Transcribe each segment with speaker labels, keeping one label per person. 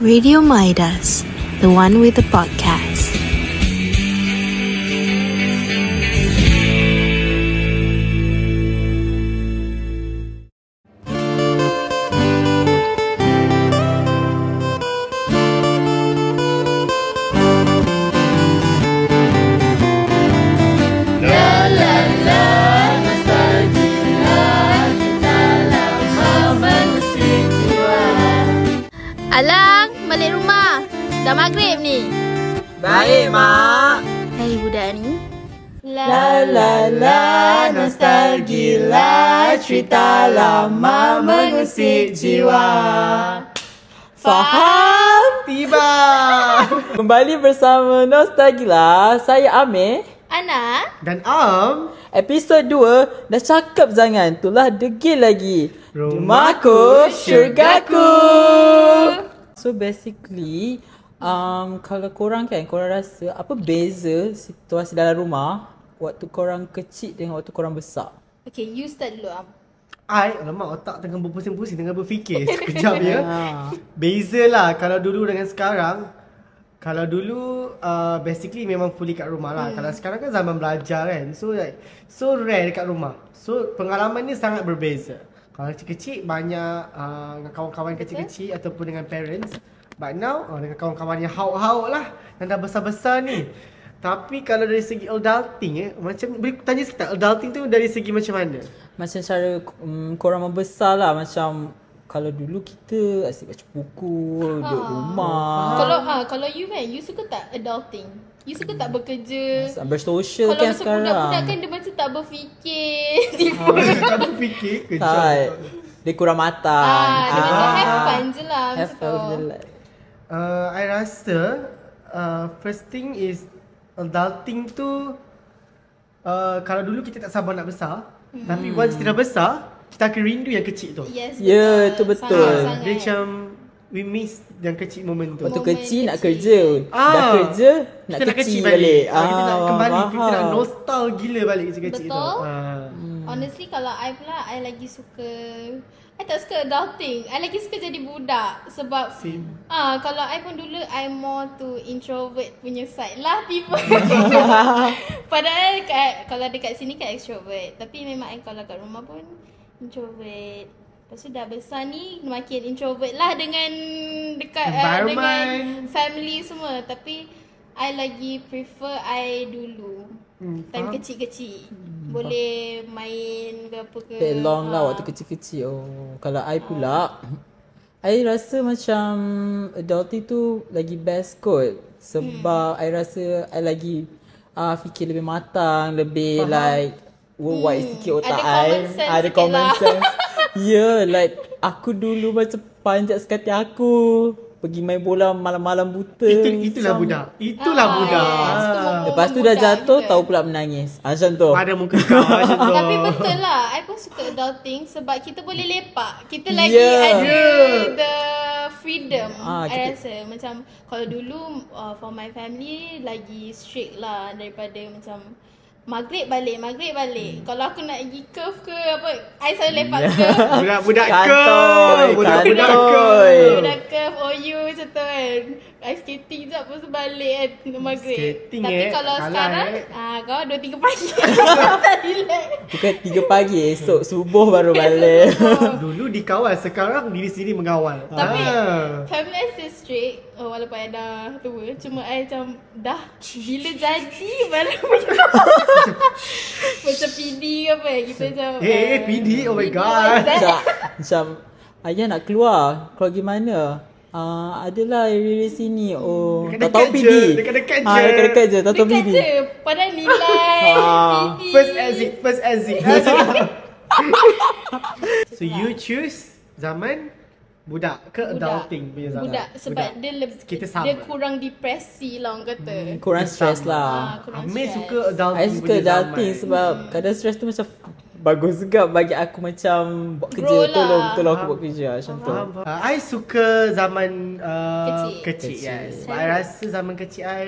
Speaker 1: Radio Midas, the one with the podcast.
Speaker 2: Alang, balik rumah. Dah maghrib ni.
Speaker 3: Baik, Mak.
Speaker 2: Hai budak ni.
Speaker 3: La la la, nostalgia lah, cerita lama mengusik jiwa. Faham? Tiba! Kembali bersama Nostalgila, saya Amir.
Speaker 2: Ana,
Speaker 4: Dan Am
Speaker 3: Episod 2, dah cakap jangan, tulah degil lagi. Rumahku, syurgaku. So basically, um, kalau korang kan, korang rasa apa beza situasi dalam rumah waktu korang kecil dengan waktu korang besar?
Speaker 2: Okay, you start dulu Am.
Speaker 4: I Alamak otak tengah berpusing-pusing Tengah berfikir Sekejap ya Beza lah Kalau dulu dengan sekarang Kalau dulu uh, Basically memang fully kat rumah lah Kalau sekarang kan zaman belajar kan So like So rare dekat rumah So pengalaman ni sangat berbeza Kalau kecil-kecil Banyak uh, Dengan kawan-kawan kecil-kecil Ataupun dengan parents But now oh, Dengan kawan-kawan yang hauk-hauk lah Yang dah besar-besar ni Tapi kalau dari segi adulting eh Macam Boleh tanya sikit tak Adulting tu dari segi macam mana?
Speaker 3: Macam cara um, korang membesar lah Macam kalau dulu kita asyik baca buku, duduk
Speaker 2: Ah.
Speaker 3: rumah,
Speaker 2: Kalau ah kalau you kan, you suka tak adulting? You suka tak bekerja?
Speaker 3: bersosial
Speaker 2: Kalau
Speaker 3: kan
Speaker 2: macam budak-budak
Speaker 3: sekarang.
Speaker 2: kan dia macam tak berfikir. Tipu.
Speaker 4: tak berfikir
Speaker 3: Tak.
Speaker 4: kejap.
Speaker 3: Dia kurang matang.
Speaker 2: Ah, dia macam
Speaker 3: Ah.
Speaker 2: have fun je lah
Speaker 3: Have
Speaker 2: macam tu.
Speaker 3: fun with the life.
Speaker 4: Uh, I rasa uh, first thing is adulting tu uh, kalau dulu kita tak sabar nak besar, hmm. tapi once kita dah besar, kita akan rindu yang kecil tu.
Speaker 2: Yes,
Speaker 3: Ya, tu betul.
Speaker 4: Ah,
Speaker 2: Sangat,
Speaker 4: dia
Speaker 2: sangat.
Speaker 4: macam we miss yang kecil moment tu.
Speaker 3: Waktu
Speaker 2: Moment
Speaker 3: kecil nak
Speaker 2: kecil.
Speaker 3: kerja.
Speaker 4: Ah.
Speaker 3: Dah kerja nak
Speaker 4: kita
Speaker 3: kecil, balik.
Speaker 4: Ah, kita nak kembali, kita nak
Speaker 3: faham.
Speaker 4: nostal gila balik kecil-kecil tu.
Speaker 2: Betul.
Speaker 4: Ah.
Speaker 2: Hmm. Honestly kalau I pula I lagi suka I tak suka adulting I lagi suka jadi budak Sebab
Speaker 4: Same.
Speaker 2: Ah, kalau I pun dulu I more to introvert punya side lah tiba. Padahal kat, kalau dekat sini kan extrovert. Tapi memang I kalau kat rumah pun introvert. Lepas tu dah besar ni makin introvert lah dengan dekat uh, dengan
Speaker 4: Environment.
Speaker 2: family semua. Tapi I lagi prefer I dulu.
Speaker 4: Hmm,
Speaker 2: Time
Speaker 4: faham. Hmm,
Speaker 2: kecil-kecil. Boleh main ke apa ke.
Speaker 3: Take long
Speaker 2: Ah.
Speaker 3: lah waktu kecil-kecil. Oh, kalau I pula, I rasa macam adulting tu lagi best kot. Sebab I rasa I lagi ah fikir lebih matang, lebih like worldwide
Speaker 2: Hmm,
Speaker 3: sikit otak
Speaker 2: ada common sense
Speaker 3: I.
Speaker 2: sikit lah.
Speaker 3: sense. yeah, like aku dulu macam panjat sekati aku. Pergi main bola malam-malam buta.
Speaker 4: Itu itulah budak. Itulah
Speaker 2: Ah,
Speaker 4: budak.
Speaker 2: yes. Tu memang
Speaker 3: Lepas tu dah
Speaker 2: budak
Speaker 3: jatuh,
Speaker 2: juga.
Speaker 3: tahu pula menangis. Ah, Macam tu.
Speaker 4: Ah. Pada muka kau macam tu.
Speaker 2: Tapi betul lah I pun suka adulting Sebab kita boleh lepak Kita
Speaker 4: Ya.
Speaker 2: lagi
Speaker 3: Yeah.
Speaker 2: ada
Speaker 4: Yeah.
Speaker 2: The freedom
Speaker 3: Ah,
Speaker 2: I
Speaker 3: kita-
Speaker 2: rasa Macam Kalau dulu uh, For my family Lagi strict lah Daripada macam Maghrib balik Maghrib balik
Speaker 4: Hmm.
Speaker 2: Kalau aku nak pergi curve ke Apa I selalu lepak
Speaker 4: Ya.
Speaker 2: yeah. curve
Speaker 4: Budak-budak
Speaker 3: Kantoi,
Speaker 4: kau. Budak-budak
Speaker 3: kantoi.
Speaker 4: kau.
Speaker 2: Budak curve OU macam tu kan I skating je Lepas tu balik kan Tengok maghrib
Speaker 4: Skating,
Speaker 2: Tapi
Speaker 4: eh.
Speaker 2: kalau
Speaker 4: Kalah,
Speaker 2: sekarang
Speaker 4: eh.
Speaker 2: ah, Kau 2-3 pagi Tak relax
Speaker 3: Bukan 3 pagi, esok subuh baru balik.
Speaker 4: Dulu dikawal, sekarang diri sendiri mengawal.
Speaker 2: Tapi-
Speaker 4: Ah.
Speaker 2: Family I still strict oh, Walaupun I dah tua Cuma I macam Dah Bila jadi Baru Macam PD ke apa Kita macam
Speaker 4: Eh, eh, PD, oh my god.
Speaker 3: Macam, macam ayah nak keluar. Keluar gimana? Ah, adalah area sini. Oh, tak tahu
Speaker 4: Dekat-dekat
Speaker 3: PD.
Speaker 4: je, dekat-dekat
Speaker 3: Ah,
Speaker 4: je.
Speaker 3: dekat-dekat je, tak tahu
Speaker 2: Dekat
Speaker 3: PD.
Speaker 2: je Padahal nilai
Speaker 3: Ah,
Speaker 2: PD
Speaker 4: First exit, first exit. so you choose zaman budak ke adulting punya zaman?
Speaker 2: Budak Sebab dia lebih
Speaker 4: Kita
Speaker 2: Dia
Speaker 4: sama. Hmm,
Speaker 2: kurang depresi lah orang kata
Speaker 3: Kurang
Speaker 2: Ah,
Speaker 3: stres lah.
Speaker 2: kurang
Speaker 4: Amir
Speaker 2: stress.
Speaker 4: suka adulting
Speaker 3: Saya suka
Speaker 4: punya
Speaker 3: adulting
Speaker 4: zaman.
Speaker 3: sebab kadang stres tu macam bagus juga bagi aku macam buat kerja.
Speaker 2: Grow lah.
Speaker 3: Tolong, tolong aku buat kerja macam tu.
Speaker 4: Faham, faham. Uh, I suka zaman uh,
Speaker 2: Kecil.
Speaker 4: kecil. kecil,
Speaker 3: Kecil.
Speaker 4: yes. Sebab I rasa zaman kecil I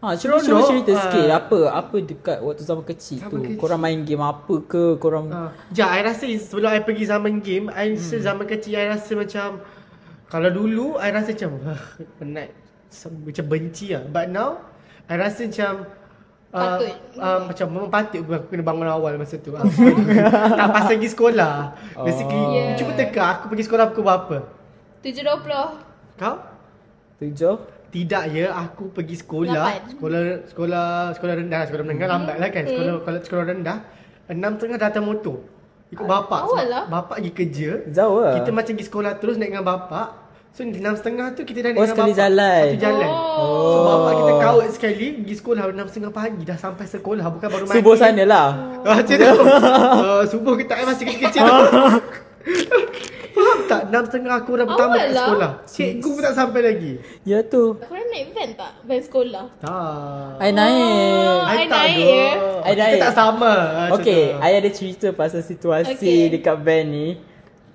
Speaker 3: Ha, cuba, cuba
Speaker 4: Seronok,
Speaker 3: cerita
Speaker 4: ah.
Speaker 3: sikit apa apa dekat waktu zaman kecil
Speaker 4: Zaman
Speaker 3: tu.
Speaker 4: kecil. Ah.
Speaker 3: Korang main game apa ke? Korang
Speaker 4: Uh, sekejap, I rasa is- sebelum I pergi zaman game, I rasa zaman kecil I rasa macam Kalau dulu I rasa macam penat Sem- macam benci lah. But now I rasa macam Uh,
Speaker 2: Patut.
Speaker 4: uh, macam memang patut pun aku kena bangun awal masa tu ah. Tak pasal pergi sekolah Basically
Speaker 2: Yeah.
Speaker 4: yeah. Cuba teka aku pergi sekolah pukul berapa
Speaker 2: 7.20
Speaker 4: Kau?
Speaker 3: Tujuh.
Speaker 4: Tidak ya, aku pergi sekolah.
Speaker 2: Lapan. Hmm,
Speaker 4: Sekolah sekolah sekolah rendah, sekolah menengah lambat lah kan. Sekolah kalau sekolah rendah, enam tengah datang motor. Ikut bapak.
Speaker 2: awal
Speaker 4: Sebab
Speaker 2: lah.
Speaker 4: Bapak pergi kerja.
Speaker 3: Jauh lah.
Speaker 4: Kita macam pergi sekolah terus naik dengan bapak. So enam setengah tu kita dah naik
Speaker 3: Oh,
Speaker 4: dengan
Speaker 3: sekali
Speaker 4: bapak.
Speaker 3: jalan.
Speaker 4: Satu jalan.
Speaker 2: Oh.
Speaker 4: So bapak kita kawat sekali pergi sekolah enam setengah pagi dah sampai sekolah bukan baru mandi.
Speaker 3: Subuh sana lah.
Speaker 4: Ah, macam tu. Ah, subuh kita I masih kecil-kecil tu. Faham tak? Enam setengah aku dah pertama
Speaker 2: Awal
Speaker 4: ke
Speaker 2: lah.
Speaker 4: sekolah. Cikgu pun tak sampai lagi.
Speaker 3: Ya tu.
Speaker 2: Korang naik van tak? Van sekolah
Speaker 4: Tak.
Speaker 3: I naik.
Speaker 2: I
Speaker 4: I tak
Speaker 2: naik
Speaker 4: ada.
Speaker 2: ya.
Speaker 3: I naik.
Speaker 4: Kita tak sama. ah,
Speaker 3: Okay,
Speaker 4: macam
Speaker 3: I
Speaker 4: tu.
Speaker 3: ada cerita pasal situasi
Speaker 2: Okay.
Speaker 3: okay. dekat van ni.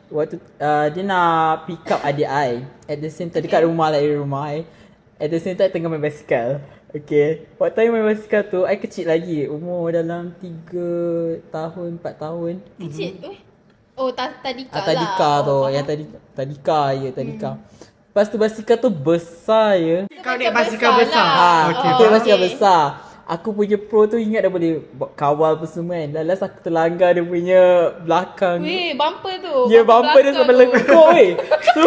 Speaker 3: Waktu uh, dia nak pick up adik I At the same time, dekat rumah lah, area rumah I At the same time, tengah main basikal Okay, waktu I main basikal tu, I kecil lagi Umur dalam 3 tahun, 4 tahun
Speaker 4: Mhm.
Speaker 2: Kecil eh Oh ta- tadika
Speaker 3: Ah,
Speaker 2: lah
Speaker 3: Tadika tu,
Speaker 2: Oh, faham. Hmm.
Speaker 3: yang tadi Tadika, ya Tadika Lepas tu basikal tu besar ya
Speaker 4: Kau
Speaker 2: macam
Speaker 4: naik basikal
Speaker 2: besar
Speaker 4: besar.
Speaker 2: lah.
Speaker 3: Ah,
Speaker 2: Okay. Oh,
Speaker 3: okay. Kita masih
Speaker 2: okay.
Speaker 3: besar. Aku punya pro tu ingat dah boleh buat kawal apa semua kan. Lalas aku terlanggar dia punya belakang.
Speaker 2: Weh bumper tu
Speaker 3: Ya bumper dia
Speaker 2: belakang
Speaker 3: sampai
Speaker 2: tu.
Speaker 3: lekuk weh. So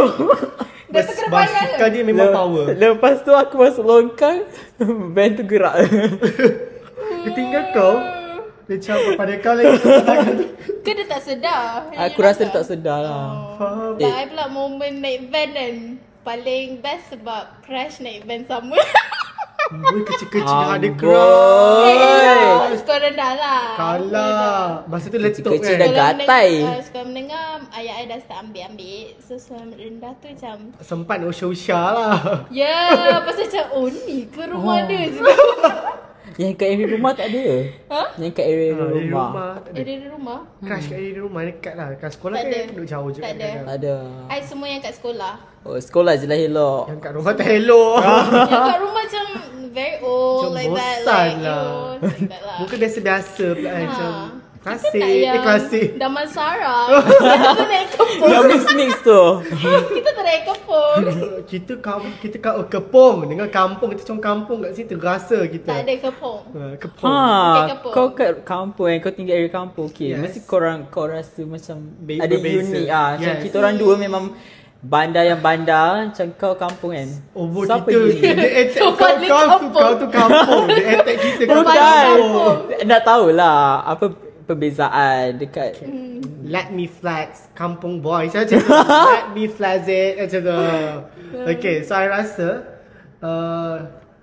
Speaker 2: Dah terkena panas
Speaker 4: Basikal dia memang
Speaker 3: le-
Speaker 4: power.
Speaker 3: Lepas tu aku masuk longkang, van tu gerak.
Speaker 4: Dia tinggal kau. Dia campak pada kau lagi. Tangan tu.
Speaker 2: Ke dia tak sedar
Speaker 3: aku rasa dia tak sedar lah.
Speaker 4: Faham.
Speaker 2: Tak I pula momen naik van kan Paling best sebab crash naik van sama
Speaker 4: Boy kecil-kecil lah dah ada
Speaker 3: Amboi.
Speaker 4: kerang.
Speaker 2: Eh, Sekolah rendah lah
Speaker 4: Kalah. Masa tu letup
Speaker 3: Kecil-kecil
Speaker 4: kan.
Speaker 3: dah- gatai.
Speaker 2: meneng- uh, sekolah menengah Ayah I dah start ambil-ambil So sekolah rendah tu macam
Speaker 4: Sempat usha-usha lah.
Speaker 2: Ya yeah, Pasal macam Oh ni ke rumah dia sebab
Speaker 3: Yang kat area rumah tak ada.
Speaker 2: Ha?
Speaker 3: Yang kat area
Speaker 4: Ha,
Speaker 3: rumah.
Speaker 4: Dari rumah. tak
Speaker 2: Eh
Speaker 4: ada.
Speaker 2: dia ada rumah
Speaker 4: Crash kat dari rumah dekat lah. Kat sekolah
Speaker 2: Tak
Speaker 4: kan
Speaker 2: ada.
Speaker 4: duduk jauh je.
Speaker 2: Tak
Speaker 4: kan
Speaker 2: ada.
Speaker 3: Tak ada.
Speaker 2: I semua yang kat sekolah
Speaker 3: Oh, sekolah je lah elok.
Speaker 4: Yang kat rumah tak elok.
Speaker 2: Yang kat rumah macam Very old
Speaker 4: Macam
Speaker 2: like that
Speaker 4: bosan
Speaker 2: like,
Speaker 4: lah.
Speaker 2: you, like that lah
Speaker 4: Bukan biasa-biasa pula. eh, Macam
Speaker 2: Ah. Kita
Speaker 4: klasik.
Speaker 2: tak yang
Speaker 4: Eh klasik.
Speaker 2: Damansara Kita tak naik kepung
Speaker 3: Yang mix-mix tu.
Speaker 2: Kita tak naik kepung
Speaker 4: kita kam- kita kat kepong dengan kampung kita cuma kampung kat sini terasa kita.
Speaker 2: Tak ada kepung
Speaker 4: Ha, kepong.
Speaker 2: Bukan
Speaker 3: Ha,
Speaker 2: kampung.
Speaker 3: kau kat kampung eh, kau tinggal area kampung. Okay, yes.
Speaker 4: Yes.
Speaker 3: mesti korang kau rasa macam
Speaker 4: Be-
Speaker 3: ada
Speaker 4: berbeza.
Speaker 3: unik ah. Macam
Speaker 4: Yes.
Speaker 3: kita orang dua memang bandar yang bandar, macam kau kampung kan.
Speaker 4: Oh, bro,
Speaker 3: Siapa
Speaker 4: kita
Speaker 3: unik?
Speaker 4: dia attack
Speaker 2: Kau
Speaker 4: kau,
Speaker 2: balik
Speaker 4: kau, tu,
Speaker 2: kampung.
Speaker 4: kau tu kampung. Dia "Oh." attack kita kau
Speaker 2: Bukan.
Speaker 4: kampung.
Speaker 3: Nak tahulah apa perbezaan dekat
Speaker 4: Let me flex kampung boy. Saya macam tu, let me flex it macam tu. Okay, so I rasa uh,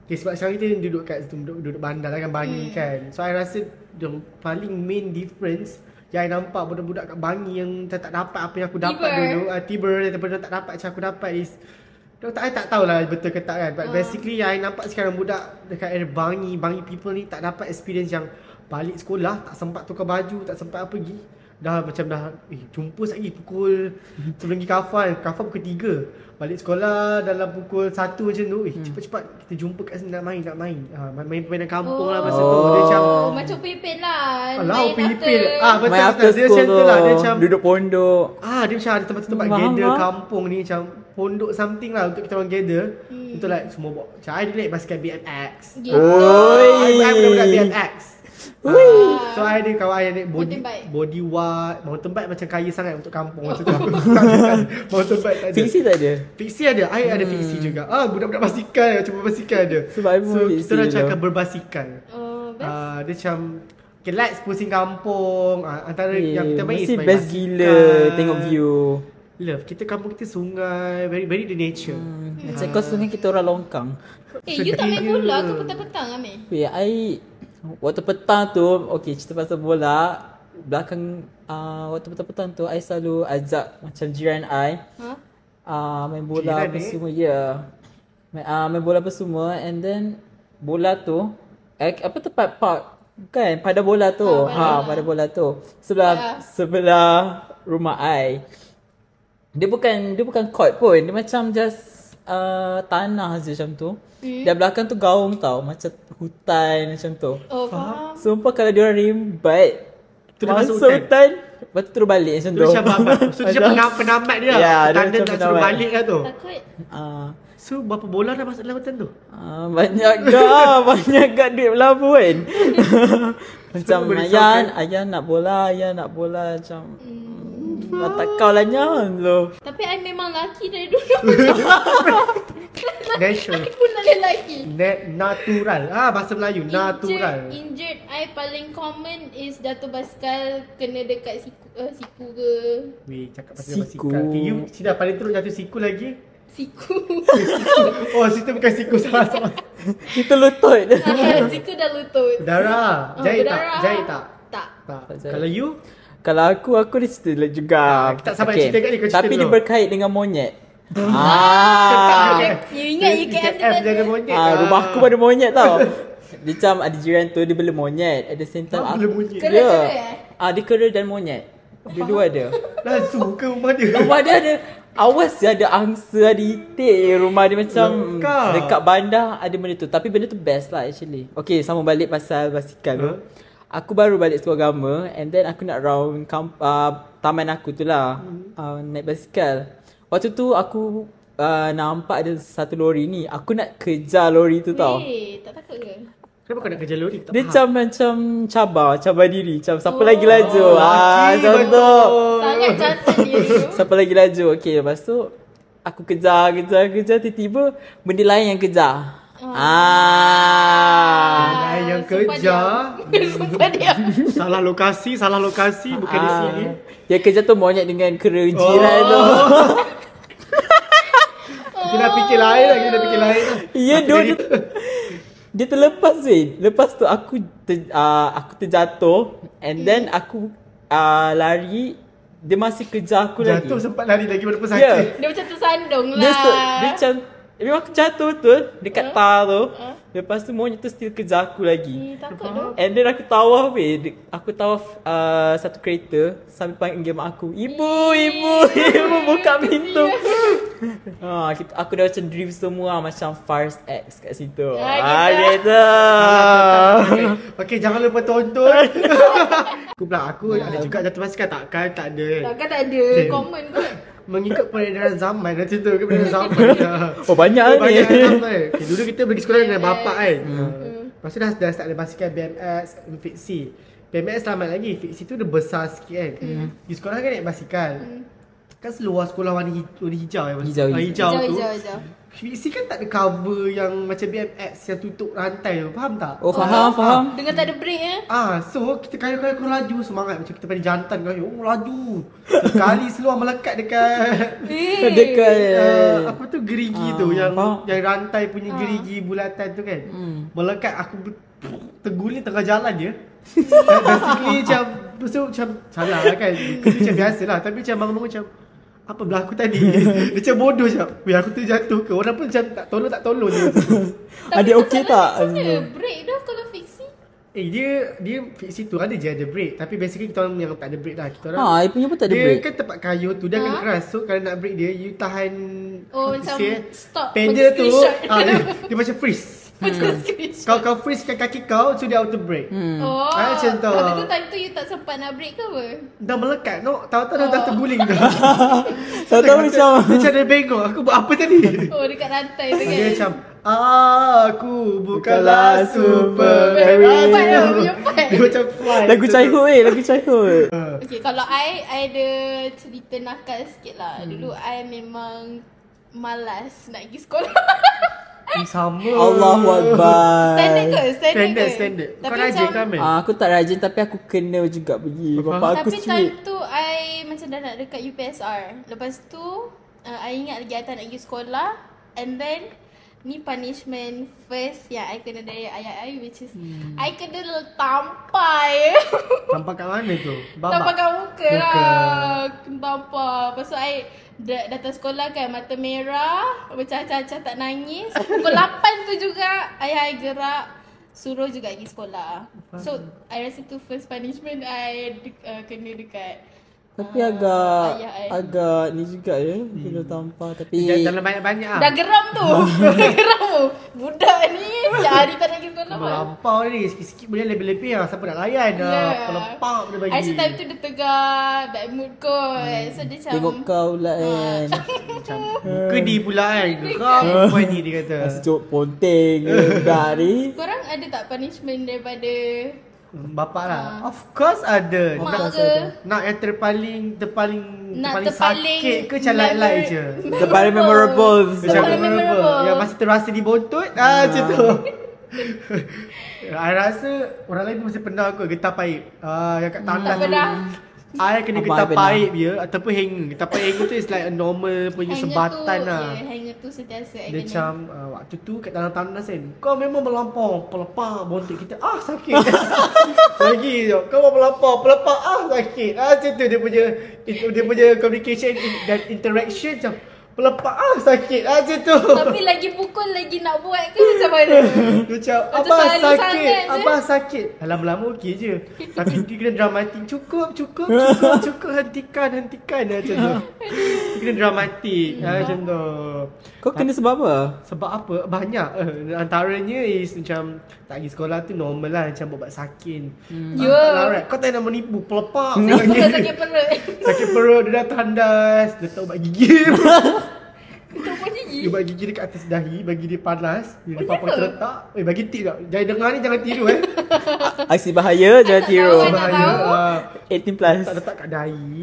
Speaker 4: okay, sebab sekarang kita duduk kat duduk, duduk bandar lah kan
Speaker 2: Hmm.
Speaker 4: Bangi kan. So I rasa the paling main difference yang I nampak budak-budak kat Bangi yang tak, tak dapat apa yang aku dapat
Speaker 2: Tiber.
Speaker 4: dulu. Uh, tiber daripada tak dapat macam aku dapat is Dok tak I tak tahulah betul ke tak kan
Speaker 2: Ah.
Speaker 4: But basically I nampak sekarang budak Dekat area Bangi Bangi people ni tak dapat experience yang Balik sekolah Tak sempat tukar baju Tak sempat apa pergi Dah macam dah Eh jumpa sekali pukul Sebelum pergi kafan Kafan pukul 3 Balik sekolah dalam pukul 1 macam tu
Speaker 2: Hmm.
Speaker 4: Eh cepat-cepat Kita jumpa kat sini nak main Nak main ha, main- Main permainan kampung lah masa tu Dia macam
Speaker 2: Oh, macam Pipin lah.
Speaker 4: Alah
Speaker 2: Main
Speaker 4: Filipin
Speaker 2: after-
Speaker 4: Ah betul,
Speaker 3: main
Speaker 4: betul
Speaker 3: after
Speaker 4: Dia
Speaker 3: school
Speaker 4: macam
Speaker 3: tu.
Speaker 4: tu lah Dia macam
Speaker 3: duduk pondok.
Speaker 4: Ah, dia macam ada tempat-tempat
Speaker 3: Hmm, faham,
Speaker 4: gather
Speaker 3: faham.
Speaker 4: kampung ni macam pondok something lah untuk kita orang gather. Hmm. Untuk like semua bawa. Macam I naik basikal BMX.
Speaker 2: Gitu.
Speaker 3: Oi.
Speaker 4: I, I budak-budak BMX. Ah, so I ada kawan I yang naik body
Speaker 2: Mountain bike.
Speaker 4: body watt, mountain bike macam kaya sangat untuk kampung masa tu. Aku tak ada, kan. mountain bike tak ada.
Speaker 3: Fiksi Hmm. tak ada.
Speaker 4: Fiksi ada, I ada fiksi juga. Ah, budak-budak basikal, cuba basikal ada.
Speaker 3: Sebab I pun
Speaker 4: so,
Speaker 3: fiksi
Speaker 4: kita orang
Speaker 3: dulu.
Speaker 4: cakap berbasikal.
Speaker 2: Oh, best.
Speaker 4: Ah, dia macam Okay, let's pusing kampung ah, Antara
Speaker 3: Eh,
Speaker 4: yang kita main
Speaker 3: mesti
Speaker 4: main
Speaker 3: best
Speaker 4: basikal.
Speaker 3: gila tengok view.
Speaker 4: Love, kita kampung kita sungai, very very the nature. Hmm.
Speaker 3: Macam kau sungai kita orang longkang.
Speaker 2: eh, you tak main
Speaker 4: sedih.
Speaker 2: bola ke petang-petang Amir?
Speaker 3: Weh, I waktu petang tu, okay cerita pasal bola, belakang uh, waktu petang-petang tu I selalu ajak macam jiran I
Speaker 2: Ha?
Speaker 3: uh, main bola
Speaker 4: Jiran eh?
Speaker 3: apa
Speaker 4: ni?
Speaker 3: semua. Ya. Yeah. Main, uh, main bola apa semua and then bola tu eh, apa tempat park kan pada bola tu.
Speaker 2: Ah, pada bola.
Speaker 3: Ha, pada bola tu. Sebelah
Speaker 2: Ya.
Speaker 3: sebelah rumah I. Dia bukan dia bukan court pun. Dia macam just uh, tanah je macam tu. Hmm. Dan belakang tu gaung tau. Macam hutan macam tu.
Speaker 2: Oh, faham.
Speaker 3: Sumpah kalau dia orang rimbat
Speaker 4: Tu dia masuk
Speaker 3: hutan. Lepas tu terus balik
Speaker 4: Tu
Speaker 3: sentuh
Speaker 4: macam babat. So tu macam penam, penamat dia lah.
Speaker 3: Ya,
Speaker 4: Yeah,
Speaker 3: dia
Speaker 4: Tanda
Speaker 3: macam
Speaker 4: nak suruh
Speaker 3: penamat.
Speaker 4: balik lah tu.
Speaker 2: Takut
Speaker 3: Ah,
Speaker 4: So berapa bola dah masuk dalam hutan tu?
Speaker 3: ah, Banyak gak Ah, Banyak gak duit pelabuhan Macam
Speaker 4: Boleh
Speaker 3: Ayan
Speaker 4: risaukan.
Speaker 3: Ayan nak bola Ayan nak bola Macam hmm, Letak kau lah nyaman lo
Speaker 2: Tapi I memang laki dari dulu
Speaker 4: Natural.
Speaker 2: I pun lelaki
Speaker 4: Net natural. Ah bahasa Melayu natural.
Speaker 2: Injured, injured I paling common is jatuh basikal kena dekat siku uh, siku ke
Speaker 4: Weh cakap pasal
Speaker 3: Siku.
Speaker 4: basikal. You Sida paling teruk jatuh siku lagi.
Speaker 2: siku.
Speaker 4: Oh situ bukan siku salah salah.
Speaker 3: Kita lutut
Speaker 2: siku dah lutut.
Speaker 4: Darah.
Speaker 2: Ah,
Speaker 3: Oh,
Speaker 4: Jahit tak?
Speaker 2: berdarah.
Speaker 4: Jahit tak?
Speaker 2: Tak.
Speaker 4: Tak.
Speaker 3: Tak jahit.
Speaker 4: Kalau you
Speaker 3: Kalau aku Aku dia cerita lah juga
Speaker 4: Ah, Tak sabar nak cerita kat dia, kau cerita
Speaker 3: Tapi dia
Speaker 4: dulu.
Speaker 3: berkait dengan monyet
Speaker 4: eh.
Speaker 3: Ah,
Speaker 2: You ingat
Speaker 4: you
Speaker 2: UKM tu
Speaker 4: F jaga
Speaker 2: ada
Speaker 4: monyet.
Speaker 3: ah Rumah aku pun ada monyet tau Dia macam ada jiran tu Dia bela monyet At the same time
Speaker 4: Ah,
Speaker 3: aku-
Speaker 4: bela monyet.
Speaker 2: Kera-kera
Speaker 3: Ya.
Speaker 2: eh?
Speaker 3: Ah, dia kera dan monyet Dua-dua ada
Speaker 4: Langsung ke Lah, rumah dia?
Speaker 3: Rumah dia ada Awas dia ada angsa Ada itik Rumah dia macam
Speaker 4: Lengkap.
Speaker 3: Dekat bandar Ada benda tu Tapi benda tu best lah actually Okay sama balik pasal basikal tu
Speaker 4: Huh?
Speaker 3: Aku baru balik sekolah agama And then aku nak round kamp, uh, Taman aku tu lah
Speaker 4: Hmm.
Speaker 3: uh, Naik basikal Waktu tu aku uh, Nampak ada satu lori ni Aku nak kejar lori tu tau
Speaker 2: Weh, tak takut ke?
Speaker 4: Kenapa kau nak kerja lori? Tak
Speaker 3: Dia
Speaker 4: faham.
Speaker 3: macam macam cabar, cabar diri. Macam siapa lagi laju.
Speaker 4: Oh,
Speaker 3: ah,
Speaker 4: laki
Speaker 3: contoh.
Speaker 4: betul.
Speaker 2: Sangat jantan dia tu.
Speaker 3: Siapa lagi laju. Okey, lepas tu aku kejar, kejar, kejar tiba-tiba benda lain yang kejar. Ah.
Speaker 4: Alah, yang
Speaker 2: sumpah
Speaker 4: kejar.
Speaker 2: diam. Sumpah dia.
Speaker 4: Salah lokasi, salah lokasi bukan di sini.
Speaker 3: Ah. Yang kejar tu monyet dengan kera jiran tu.
Speaker 4: Oh. Kita dah fikir lain lah, kita dah fikir lain lah.
Speaker 3: Ya, dia, dia, dia terlepas weh. Lepas tu aku ter, uh, aku terjatuh and then aku uh, lari dia masih kejar aku lagi.
Speaker 4: Jatuh sempat lari lagi walaupun sakit.
Speaker 3: Ya.
Speaker 2: Dia macam tersandung lah.
Speaker 3: Dia, se- dia macam Memang aku jatuh betul Dekat uh, tar tu uh. Lepas tu monyet tu still kejar aku
Speaker 2: Eh,
Speaker 3: lagi
Speaker 2: takut tu.
Speaker 3: And then aku tawaf weh Di- Aku tawaf uh, satu kereta Sambil panggil mak aku Ibu, ibu, ibu buka pintu ha, kita, Aku dah macam drift semua ah, Macam Fars X kat situ
Speaker 2: Ah,
Speaker 3: Ah,
Speaker 2: gitu.
Speaker 3: gitu Ya.
Speaker 4: Okey, jangan lupa tonton. aku pula aku ada juga jatuh basikal takkan tak ada.
Speaker 2: Takkan tak ada
Speaker 4: Dia-
Speaker 2: komen kot.
Speaker 4: Mengikut peredaran zaman dah cerita ke peredaran zaman.
Speaker 3: Oh banyak
Speaker 4: Banyak
Speaker 3: ni Hmm.
Speaker 4: zaman. Okay, dulu kita pergi sekolah dengan bapak kan. Lepas tu dah, dah start ada basikal BMX, fiksi. BMX selamat lagi. Fiksi tu dia besar sikit kan. Di sekolah kan naik basikal. Kan seluar sekolah warna, hij- warna hijau eh.
Speaker 3: Hijau, hijau.
Speaker 4: Ah, hijau,
Speaker 2: Jauh,
Speaker 4: tu.
Speaker 2: jauh, jauh.
Speaker 4: Fiksi kan tak ada cover yang macam BMX yang tutup rantai tu. Faham tak?
Speaker 3: Oh faham, faham
Speaker 2: Dengan tak ada break eh.
Speaker 4: Ah, so kita kaya-kaya kau laju semangat macam kita paling jantan kau. Oh, laju. Sekali seluar melekat dekat
Speaker 2: Eh.
Speaker 4: uh,
Speaker 3: Dekat
Speaker 4: apa tu gerigi
Speaker 3: Ah,
Speaker 4: tu yang
Speaker 3: faham. Ah. Hmm.
Speaker 4: yang rantai punya gerigi bulatan tu kan. Melekat aku ber- terguling tengah jalan dia. Basically macam lepas tu macam salah lah kan. Itu macam biasa lah tapi macam bangun-bangun macam apa belah aku tadi? Dia macam bodoh je. Weh aku tu jatuh ke? Orang pun macam tak tolong tak tolong je.
Speaker 3: Adik okey tak? Hmm.
Speaker 2: Macam mana break dah kalau fiksi?
Speaker 4: eh dia dia fiksi tu ada je ada break tapi basically kita orang yang tak ada break lah kita orang.
Speaker 3: Ha, I punya pun tak ada
Speaker 4: dia
Speaker 3: break
Speaker 4: kan tempat kayu tu dia akan
Speaker 2: Ha?
Speaker 4: keras so kalau nak break dia you tahan
Speaker 2: Oh,
Speaker 4: apa
Speaker 2: macam
Speaker 4: say,
Speaker 2: stop,
Speaker 4: pedal
Speaker 2: macam
Speaker 4: tu
Speaker 2: screenshot.
Speaker 4: ah, dia, dia macam freeze
Speaker 2: Macam screenshot.
Speaker 4: kau kau freeze kat kaki kau so dia auto break
Speaker 3: Hmm.
Speaker 2: Oh.
Speaker 4: Ah, macam tu.
Speaker 2: Waktu tu time tu you tak sempat nak break ke apa?
Speaker 4: dah melekat no tahu-tahu
Speaker 2: Oh.
Speaker 4: dah, dah terguling dah
Speaker 3: Tahu tahu
Speaker 4: Dia
Speaker 3: macam
Speaker 4: dia macam dia bengok aku buat apa tadi
Speaker 2: Oh dekat rantai tu kan.
Speaker 4: dia macam aku bukanlah superman
Speaker 2: Your part lah, your part.
Speaker 4: dia macam fly
Speaker 3: Lagu childhood eh, lagu childhood
Speaker 2: Okay, kalau I, I ada cerita nakal sikit lah. Hmm. Dulu I memang malas nak pergi sekolah.
Speaker 4: sama
Speaker 3: Allahu Akbar.
Speaker 2: standard ke? Standard,
Speaker 4: standard
Speaker 2: ke?
Speaker 4: standard kau
Speaker 2: Tapi
Speaker 4: rajin
Speaker 2: macam,
Speaker 4: kan man
Speaker 3: Ah, aku tak rajin tapi aku kena juga pergi. Bapa
Speaker 4: Faham?
Speaker 3: aku
Speaker 2: Tapi time
Speaker 3: curi.
Speaker 2: tu I macam dah nak dekat UPSR. Lepas tu uh, I ingat lagi I tak nak pergi sekolah and then ni punishment first yang I kena dari ayah I which is hmm. I kena tampai.
Speaker 4: Nampak kat mana tu? Babak.
Speaker 2: tampai kat muka
Speaker 4: Muka.
Speaker 2: lah. Tampai. Lepas tu I da- datang sekolah kan mata merah, bercacah-cacah tak nangis. Pukul 8 tu juga ayah I gerak suruh juga pergi sekolah. So I rasa tu first punishment I de- uh, kena dekat
Speaker 3: Tapi agak
Speaker 2: ayah, eh.
Speaker 3: agak ni juga ya bila tampar tapi
Speaker 4: Jangan Hmm. Dalam banyak-banyak lah.
Speaker 2: Dah geram tu. Dah geram tu. Budak ni setiap hari tak nak kira lawan.
Speaker 4: Melampau ni Sikit-sikit boleh lebih-lebih lah Siapa nak layan lah
Speaker 2: Ya.
Speaker 4: Kalau pak dia bagi
Speaker 2: Aisyah time tu dia tegar, bad mood kot. So dia
Speaker 3: tengok
Speaker 2: macam
Speaker 3: kau pula kan.
Speaker 4: Macam Muka dia pula kan Geram perempuan ni dia kata
Speaker 3: Rasa cok ponteng ke budak ni.
Speaker 2: Korang ada tak punishment daripada
Speaker 4: Bapak lah Of course ada
Speaker 2: Ah. mak
Speaker 4: Nak,
Speaker 2: ke?
Speaker 4: nak yang terpaling Terpaling
Speaker 2: Nak
Speaker 4: Terpaling
Speaker 2: terpaling
Speaker 4: sakit ke Macam light-light je
Speaker 3: The paling memorable.
Speaker 4: Macam
Speaker 2: Terpaling
Speaker 4: memorable
Speaker 2: memorable.
Speaker 4: Yang masih terasa di bontot ah, Macam tu I rasa Orang lain pun masih pernah kot Getah paip ah, Yang kat tangan
Speaker 2: Tak
Speaker 4: tu
Speaker 2: pernah.
Speaker 4: I
Speaker 3: Apa I
Speaker 4: kena getah
Speaker 3: pernah?
Speaker 4: paip dia Ataupun hanger Getah paip hanger tu Is like a normal punya
Speaker 2: hanger tu,
Speaker 4: sebatan lah
Speaker 2: Ya, hanger tu sentiasa I
Speaker 4: Dia
Speaker 2: kena.
Speaker 4: macam uh, waktu tu kat dalam tandas kan Kau memang melampau Pelepak bontik kita Ah sakit Lagi tau Kau memang melampau Pelepak ah sakit Ah macam tu dia punya itu Dia punya communication in- dan interaction macam Pelepak ah sakit Ah macam tu
Speaker 2: Tapi lagi pukul lagi nak buat ke macam mana?
Speaker 4: Dia Macam
Speaker 2: Lepas tu
Speaker 4: Abah
Speaker 2: selalu
Speaker 4: sakit
Speaker 2: sangat je."
Speaker 4: Abah sakit Lama-lama okey je Tapi dia kena dramatik Cukup cukup cukup cukup Hentikan hentikan Ah, Macam tu Dia kena dramatik Ah, Macam tu
Speaker 3: Kau kena sebab apa?
Speaker 4: Sebab apa? Banyak uh, Antaranya is macam Tak pergi sekolah tu normal lah Macam buat sakin hmm.
Speaker 2: Ya.
Speaker 4: Kau tak nak menipu Pelepak
Speaker 2: Bukan sakit perut.
Speaker 4: Sakit perut Dia dah tandas Dia tak ubat gigi
Speaker 2: Itu pun gigi.
Speaker 4: Dia ubat gigi dekat atas dahi Bagi dia panas Dia
Speaker 2: Oh, ya
Speaker 4: papa
Speaker 2: ke?
Speaker 4: terletak Eh bagi tip tak Jangan dengar ni jangan tiru eh
Speaker 3: Aksi bahaya jangan tiru.
Speaker 2: tahu, I tak tahu.
Speaker 4: Ah,
Speaker 3: 18 plus.
Speaker 4: Tak letak kat dahi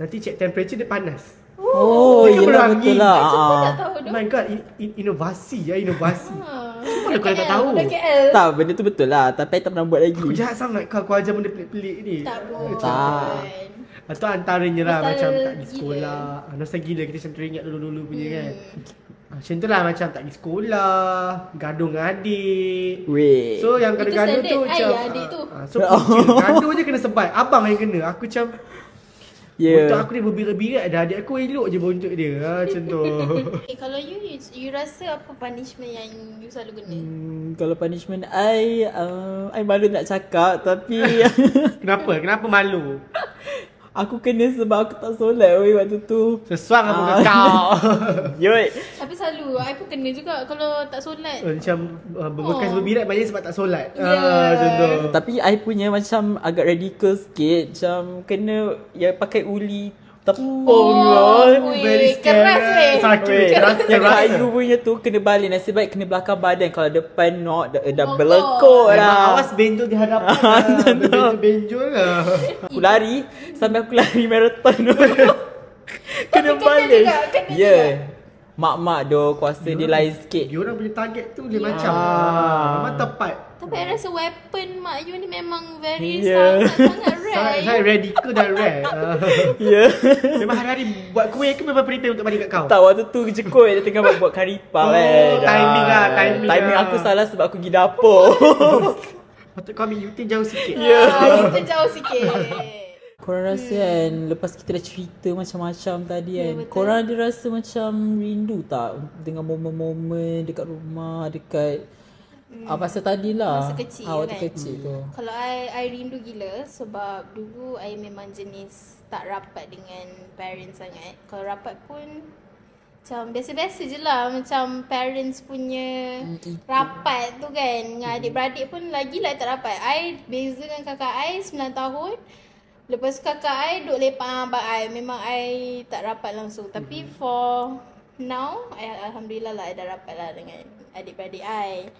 Speaker 4: Nanti check temperature dia panas
Speaker 3: Oh,
Speaker 4: Dia kan
Speaker 3: yelah
Speaker 4: berangin.
Speaker 3: betul lah.
Speaker 2: Siapa
Speaker 3: Ah.
Speaker 2: tak tahu
Speaker 4: Oh
Speaker 2: tu?
Speaker 4: my god in, in, Inovasi ya inovasi
Speaker 2: Ah.
Speaker 4: Mana kau tak
Speaker 2: KL,
Speaker 4: tahu
Speaker 2: Budak KL.
Speaker 3: Tak, benda tu betul lah. Tapi I tak pernah buat lagi.
Speaker 4: Kau jahat sangat kau Kau ajar benda pelik-pelik ni Eh,
Speaker 2: Tak pun.
Speaker 4: Macam tu.
Speaker 3: Tak.
Speaker 4: Itu antaranya lah
Speaker 2: Nostalgia
Speaker 4: macam tak pergi
Speaker 2: gila. Hmm.
Speaker 4: sekolah. Ah, Nostalgia gila kita macam teringat dulu-dulu punya kan. Ah, Macam tu lah macam tak pergi sekolah, gaduh dengan adik.
Speaker 3: Weh.
Speaker 4: So yang
Speaker 2: Itu
Speaker 4: gaduh-gaduh tu
Speaker 2: standard
Speaker 4: macam
Speaker 2: I, adik
Speaker 4: ah,
Speaker 2: tu.
Speaker 4: ah, So punca. gaduh je kena sebat Abang yang kena Aku macam
Speaker 3: Ya.
Speaker 4: Bontot aku dia berbirat dah Adik aku elok je bontot dia ha, Macam tu
Speaker 2: Eh, kalau you, you, you rasa apa punishment yang you selalu guna?
Speaker 3: Hmm, kalau punishment I uh, I malu nak cakap tapi
Speaker 4: Kenapa? Kenapa malu?
Speaker 3: aku kena sebab aku tak solat weh waktu tu.
Speaker 4: Sesuang apa
Speaker 3: Ah.
Speaker 4: uh. kau
Speaker 3: Yoi.
Speaker 2: Tapi selalu, I pun kena juga kalau tak solat.
Speaker 4: Macam uh, berbekas
Speaker 2: Oh.
Speaker 4: berbirat banyak sebab tak solat
Speaker 2: Ya.
Speaker 4: ah, Macam tu
Speaker 3: Tapi I punya macam agak radikal sikit Macam kena ya, pakai uli tepung
Speaker 2: Oh,
Speaker 3: oh,
Speaker 2: ui,
Speaker 4: Very scary
Speaker 2: keras weh.
Speaker 4: Sakit keras,
Speaker 3: Yang
Speaker 4: keras.
Speaker 3: kayu punya tu kena balik Nasib baik kena belakang badan Kalau depan not Dah, dah lah.
Speaker 2: Belakang.
Speaker 3: belekot
Speaker 4: Memang
Speaker 3: dah
Speaker 4: awas benjol di hadapan lah. Benjol-benjol lah
Speaker 3: Aku lari Sampai aku lari maraton Kena
Speaker 2: kena
Speaker 3: balik
Speaker 2: juga, kena
Speaker 3: Ya yeah. Mak-mak doh Kuasa dia lain sikit
Speaker 4: Dia orang punya target tu
Speaker 3: Ya.
Speaker 4: dia macam
Speaker 3: Ah.
Speaker 4: Memang tepat
Speaker 2: Tapi I rasa weapon mak you ni memang very
Speaker 3: Ya.
Speaker 2: sangat-sangat rare.
Speaker 4: Sangat radical dan rare Ah.
Speaker 3: Ya yeah.
Speaker 4: Memang hari-hari buat kuih ke memang prepare untuk balik kat kau?
Speaker 3: Tak waktu tu jekut Dia tengah buat, buat kari pap
Speaker 4: Oh,
Speaker 3: kan
Speaker 4: timing lah,
Speaker 3: Ah,
Speaker 4: timing
Speaker 3: Timing
Speaker 4: lah.
Speaker 3: aku salah sebab aku pergi dapur
Speaker 4: Patut kau ambil Yutin jauh sikit
Speaker 3: Ya.
Speaker 2: Ah, Kita jauh sikit.
Speaker 3: Korang rasa hmm. kan Lepas kita dah cerita macam-macam tadi kan
Speaker 2: Ya, betul.
Speaker 3: Korang ada rasa macam rindu tak Dengan momen-momen dekat rumah Dekat hmm. ah, Pasal tadi lah
Speaker 2: Masa kecil
Speaker 3: ah, Waktu
Speaker 2: kan?
Speaker 3: kecil tu
Speaker 2: Kalau I, I rindu gila sebab dulu I memang jenis tak rapat dengan parents sangat. Kalau rapat pun macam biasa-biasa je lah. Macam parents punya rapat tu kan. Dengan adik-beradik pun lagi lah tak rapat. I beza dengan kakak I 9 tahun. Lepas tu kakak I duk lepak dengan abang I. Memang I tak rapat langsung. Tapi for now, I, Alhamdulillah lah I dah rapat lah dengan adik-beradik I.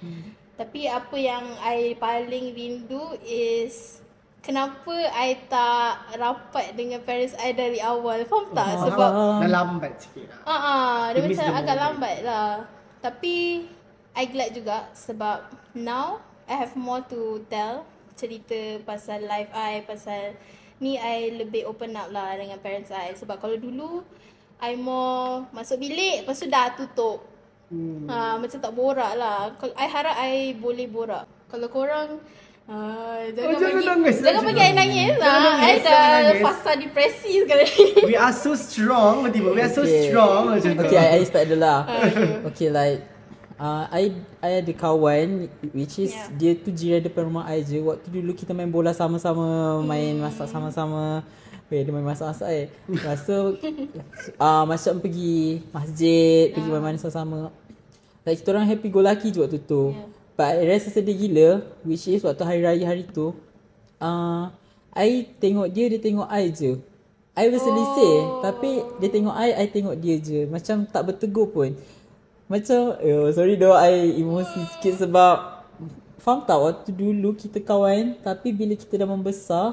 Speaker 2: Tapi apa yang I paling rindu is Kenapa I tak rapat dengan parents I dari awal Faham tak? Sebab
Speaker 4: Dah lambat sikit lah
Speaker 2: Ah, uh dia
Speaker 4: You miss
Speaker 2: macam
Speaker 4: the
Speaker 2: agak
Speaker 4: moment.
Speaker 2: lambat lah. Tapi I glad juga sebab now I have more to tell cerita pasal life I, pasal ni I lebih open up lah dengan parents I sebab kalau dulu I more masuk bilik lepas tu dah tutup. Hmm. Ha, macam tak borak lah. Kalau I harap I boleh borak. Kalau korang uh, jangan,
Speaker 4: Oh, jangan
Speaker 2: bagi
Speaker 4: nangis,
Speaker 2: jangan
Speaker 4: jangan
Speaker 2: bagi I nangis lah.
Speaker 4: Jangan nangis,
Speaker 2: I dah
Speaker 4: jangan nangis.
Speaker 2: fasa depresi sekarang ni.
Speaker 4: We are so strong tiba We are so strong macam tu
Speaker 3: Okay, I, I start dulu lah. okay, like uh, I I ada kawan which is
Speaker 2: Yeah.
Speaker 3: dia tu jiran depan rumah I je. Waktu dulu kita main bola sama-sama, main masak sama-sama. Weh dia main masak-masak eh Rasa uh, Macam pergi Masjid Pergi main-main sama-sama Like kita orang happy go lucky je waktu tu yeah. But I rasa sedih gila Which is waktu hari raya hari tu uh, I tengok dia Dia tengok I je I berselisih oh. Tapi dia tengok I I tengok dia je Macam tak bertegur pun Macam oh, Sorry doh I emosi sikit sebab Faham tak waktu dulu kita kawan Tapi bila kita dah membesar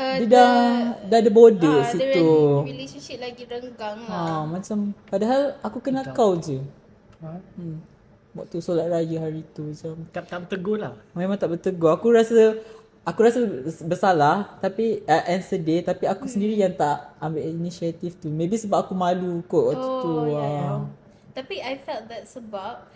Speaker 2: Uh,
Speaker 3: dia dah dah ada
Speaker 2: ah,
Speaker 3: border
Speaker 2: the
Speaker 3: uh, situ.
Speaker 2: relationship lagi renggang lah.
Speaker 3: Ha, macam padahal aku kenal kau je.
Speaker 4: Ha?
Speaker 3: Hmm. Waktu solat raya hari tu macam
Speaker 4: Tak, tak bertegur lah.
Speaker 3: memang tak bertegur. Aku rasa aku rasa bersalah tapi uh, and sedih tapi aku hmm. sendiri yang tak ambil inisiatif tu. Maybe sebab aku malu kot waktu tu.
Speaker 2: Oh, ya, ya.
Speaker 3: Ah.
Speaker 2: Tapi I felt that sebab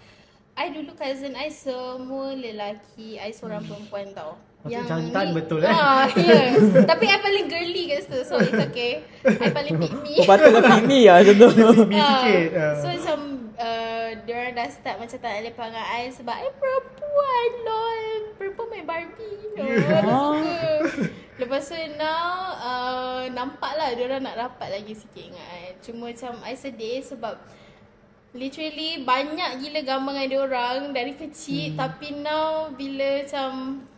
Speaker 2: I dulu cousin I semua lelaki, I seorang perempuan tau.
Speaker 4: Patut Hmm. jantan betul, eh?
Speaker 2: Ah, yeah. Tapi I paling girly kat situ. So it's okay. I paling pick me.
Speaker 3: Kau patutlah pilih lah macam tu.
Speaker 4: Be sikit.
Speaker 2: Ah,
Speaker 4: ah.
Speaker 2: So macam uh, Diorang dah start macam tak nak lepak dengan I Sebab I perempuan lol Perempuan main Barbie lol yeah. suka Lepas tu now uh, Nampak lah diorang nak rapat lagi sikit dengan I Cuma macam I sedih sebab Literally banyak gila gambar dengan diorang Dari kecil hmm. Tapi now bila macam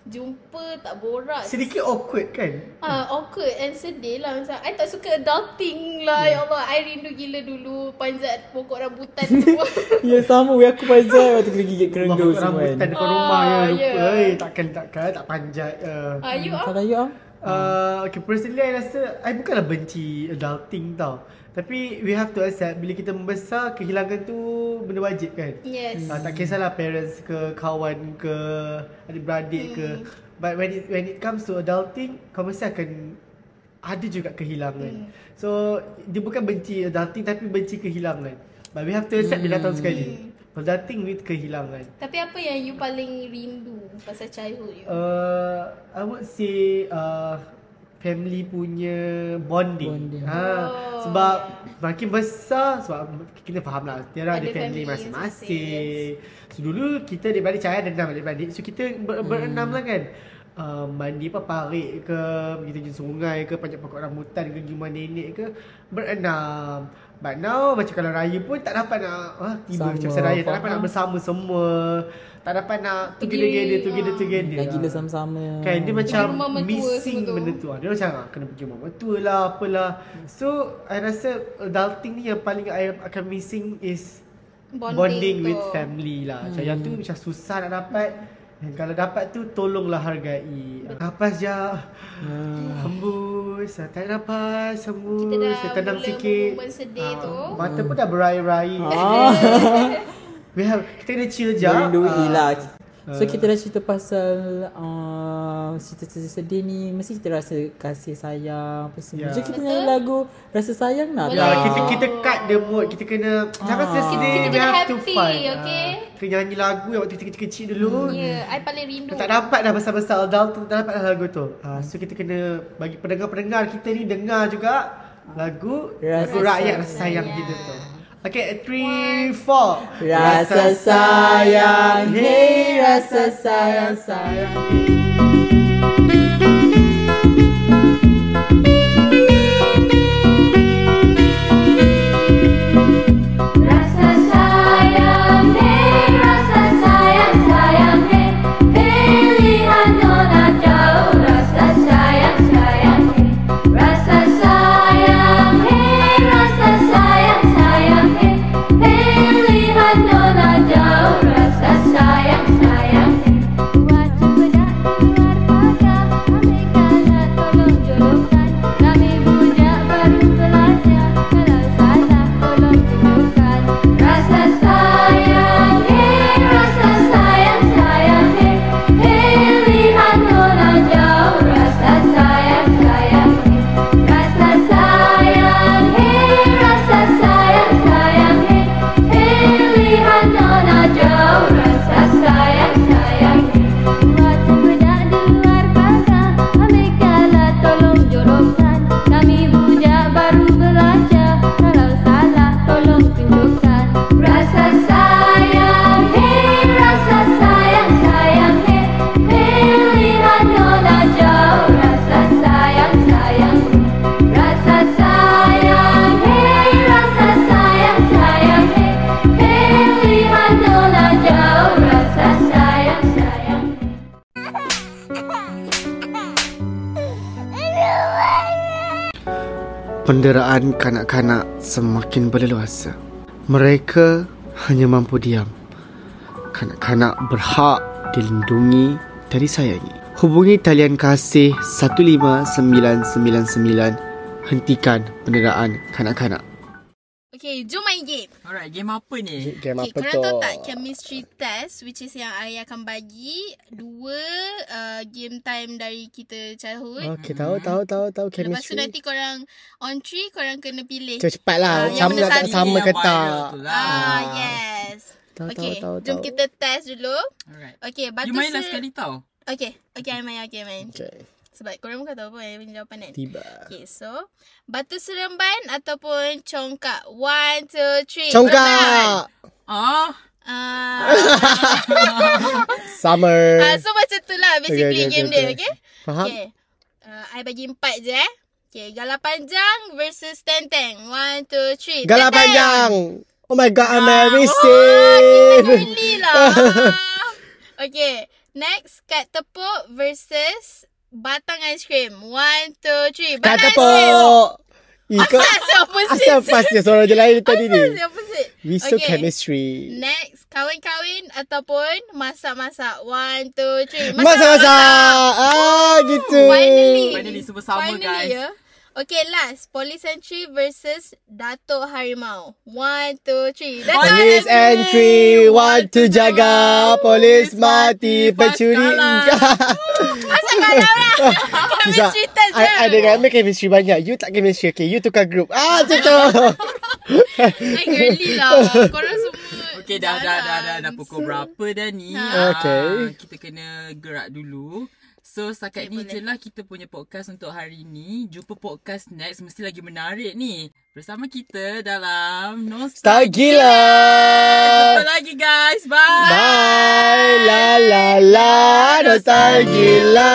Speaker 2: Jumpa tak borak
Speaker 4: Sedikit awkward kan?
Speaker 2: Ah, awkward and sedih lah macam I tak suka adulting lah ya Allah I rindu gila dulu panjat pokok rambutan semua
Speaker 3: ya sama weh aku panjat waktu kena gigit
Speaker 4: Allah,
Speaker 3: kerenggu semua.
Speaker 4: rambutan
Speaker 3: Kan.
Speaker 4: depan rumah ya.
Speaker 2: Ah,
Speaker 4: Lupa.
Speaker 2: yeah.
Speaker 4: Yeah. Takkan, takkan. Tak panjat. Uh.
Speaker 2: Ah, you are
Speaker 3: Kalau you ah.
Speaker 4: Uh, okay, personally I rasa I bukanlah benci adulting tau Tapi we have to accept Bila kita membesar Kehilangan tu Benda wajib kan
Speaker 2: Yes
Speaker 4: uh, Tak kisahlah parents ke Kawan ke Adik-beradik ke But when it, when it comes to adulting Kau mesti akan Ada juga kehilangan So Dia bukan benci adulting Tapi benci kehilangan But we have to accept Dia datang sekali Adulting with kehilangan
Speaker 2: Tapi apa yang you paling rindu pasal childhood you?
Speaker 4: Uh, I would say uh, family punya bonding.
Speaker 3: Bonding.
Speaker 4: Ha, oh, sebab yeah. makin besar sebab kita faham lah tiara ada,
Speaker 2: Ada family
Speaker 4: family, masing-masing. So dulu kita adik-beradik saya ada enam adik-beradik. So kita ber-
Speaker 3: Hmm.
Speaker 4: berenam lah kan. Uh, mandi apa parit ke Pergi terjun sungai ke Panjat pokok rambutan ke Pergi rumah nenek ke Berenam But now Macam kalau raya pun Tak dapat nak ah, Tiba
Speaker 3: Sama,
Speaker 4: macam pasal raya Tak dapat
Speaker 3: faham.
Speaker 4: nak bersama semua Tak dapat nak Together
Speaker 2: Berdiri,
Speaker 4: together Together
Speaker 2: ah.
Speaker 4: together
Speaker 3: Dah gila sama-sama.
Speaker 4: Kan dia macam
Speaker 2: Pergi rumah mertua
Speaker 4: missing
Speaker 2: semua tu.
Speaker 4: benda tu. Dia macam ah, kena pergi rumah mertua lah apalah. So I rasa adulting ni yang paling I akan missing is bonding, bonding
Speaker 2: tu.
Speaker 4: with family lah. Macam yang tu
Speaker 3: Hmm.
Speaker 4: macam susah nak dapat. Dan kalau dapat tu tolonglah hargai. Nafas je.
Speaker 3: Hmm.
Speaker 4: Hembus. Tarik nafas. Hembus.
Speaker 2: Kita dah
Speaker 4: Tenang
Speaker 2: mula
Speaker 4: sikit.
Speaker 2: momen sedih
Speaker 4: Ah,
Speaker 2: tu.
Speaker 4: Mata pun dah berair-rair.
Speaker 3: Ah.
Speaker 4: We have, kita kena chill je.
Speaker 3: Merindui
Speaker 4: Ah.
Speaker 3: lah So kita dah cerita pasal uh, cerita-cerita sedih ni Mesti kita rasa kasih sayang apa semua
Speaker 4: Ya.
Speaker 3: yeah. Macam kita nyanyi lagu Rasa sayang nak
Speaker 4: Ya,
Speaker 2: Boleh.
Speaker 3: tak?
Speaker 4: kita kita cut the mood. Kita kena jangan
Speaker 2: Ah.
Speaker 4: sedih.
Speaker 2: Kita- kita
Speaker 4: we
Speaker 2: kena
Speaker 4: have to
Speaker 2: happy,
Speaker 4: fight.
Speaker 2: okay? Hmm, ya.
Speaker 4: Ah, kita nyanyi lagu yang waktu kita kecil-kecil dulu.
Speaker 2: Yeah, I paling rindu
Speaker 4: Tak dapat dah besar-besar adult tu, tak dapat dah lagu tu. Ah, so kita kena bagi pendengar-pendengar kita ni dengar juga lagu
Speaker 3: Rasa
Speaker 4: lagu rakyat rasa sayang kita tu. Okay, three, four.
Speaker 3: Rasa sayang, hey rasa sayang, sayang
Speaker 5: Rasa sayang, hey, rasa sayang, sayang, hey Pilihan nona jauh, rasa sayang, sayang, hey Rasa sayang, hey, rasa sayang, sayang, hey Pilihan nona jauh, rasa sayang, sayang, hey Wajib berdak keluar pagar, ambil
Speaker 4: Penderaan kanak-kanak semakin berleluasa. Mereka hanya mampu diam. Kanak-kanak berhak dilindungi dan disayangi. Hubungi talian kasih 15999 hentikan penderaan kanak-kanak.
Speaker 2: Okay, jom main game.
Speaker 3: Alright, game apa ni?
Speaker 4: Game
Speaker 2: Okay, korang tahu tak chemistry test which is yang I akan bagi dua uh, game time dari kita childhood.
Speaker 4: Okay, tahu, tahu, tahu, tahu
Speaker 2: Okay, Lepas tu
Speaker 4: Oh, chemistry.
Speaker 2: nanti korang on three korang kena pilih.
Speaker 4: Cepat cepat lah.
Speaker 2: Ah, yang
Speaker 4: sama
Speaker 2: mana
Speaker 4: tak
Speaker 2: satu
Speaker 4: sama
Speaker 3: Yang
Speaker 4: ke
Speaker 3: viral
Speaker 4: tak.
Speaker 3: tu lah.
Speaker 2: Ah, yes.
Speaker 4: Tahu, tahu,
Speaker 2: okay,
Speaker 4: tahu,
Speaker 2: jom
Speaker 4: tahu.
Speaker 2: kita test dulu.
Speaker 3: Alright.
Speaker 2: Okay, batu
Speaker 3: You main lah
Speaker 2: se-
Speaker 3: sekali tau.
Speaker 2: Okay, okay, I main, okay, I main.
Speaker 4: Okay,
Speaker 2: Sebab korang bukan tahu apa yang punya jawapan kan.
Speaker 4: tiba.
Speaker 2: Okay, so batu seremban ataupun congkak. One, two, three. Seremban.
Speaker 4: Congkak.
Speaker 3: Ah,
Speaker 2: Ah,
Speaker 4: Summer.
Speaker 2: ah, so macam tu lah basically
Speaker 4: Okay, okay,
Speaker 2: game
Speaker 4: okay,
Speaker 2: dia,
Speaker 4: okay.
Speaker 2: okay?
Speaker 4: Faham?
Speaker 2: Okay. Uh, I bagi empat je eh. Okay, galah panjang versus tenteng. One, two, three.
Speaker 4: Galak
Speaker 2: Tenteng.
Speaker 4: panjang. Oh my god, I'm
Speaker 2: Ah, Wah, kita
Speaker 4: embarrassing.
Speaker 2: geli lah. okay, next. Kat tepuk versus batang ais krim. One, two, three.
Speaker 4: Kat
Speaker 2: Batang
Speaker 4: tepuk. Ikut.
Speaker 2: Asal opposite.
Speaker 4: Asal pasnya suara je lain tadi ni.
Speaker 2: Asal opposite.
Speaker 4: We still
Speaker 2: Okay.
Speaker 4: chemistry.
Speaker 2: Next, kahwin-kahwin ataupun masak-masak. One, two, three.
Speaker 4: Masa-masa. Ah, gitu.
Speaker 2: Finally.
Speaker 3: Finally, semua sama, guys.
Speaker 2: Ya. Okay, last. Police entry versus Dato' Harimau. One, two, three. Dato'
Speaker 4: Polis
Speaker 2: Harimau.
Speaker 4: entry want to jaga Polis mati
Speaker 3: Polis
Speaker 4: pencuri
Speaker 3: kalah.
Speaker 2: Asal kalah lah.
Speaker 4: Susah
Speaker 2: Chemistry test je.
Speaker 4: I, I dengan Amir chemistry banyak You tak chemistry Okay you tukar group Ah macam tu
Speaker 2: I girly lah. Korang semua.
Speaker 3: Okay dah dah dah dah dah
Speaker 2: jarang.
Speaker 3: pukul berapa dah ni
Speaker 2: Ha.
Speaker 4: Okay.
Speaker 3: Ah, Kita kena gerak dulu So setakat
Speaker 2: Okay,
Speaker 3: ni
Speaker 2: boleh.
Speaker 3: je lah kita punya podcast untuk hari ni Jumpa podcast next mesti lagi menarik ni Bersama kita dalam
Speaker 4: Tak
Speaker 3: Nostalgia
Speaker 4: gila
Speaker 3: Jumpa lagi guys Bye,
Speaker 4: Bye La la la Nostalgia gila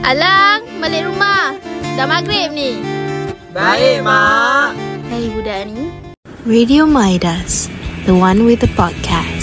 Speaker 2: Alang, balik rumah. Dah maghrib ni.
Speaker 3: Baik mak
Speaker 2: Hai budak ni.
Speaker 1: Radio Midas, the one with the podcast.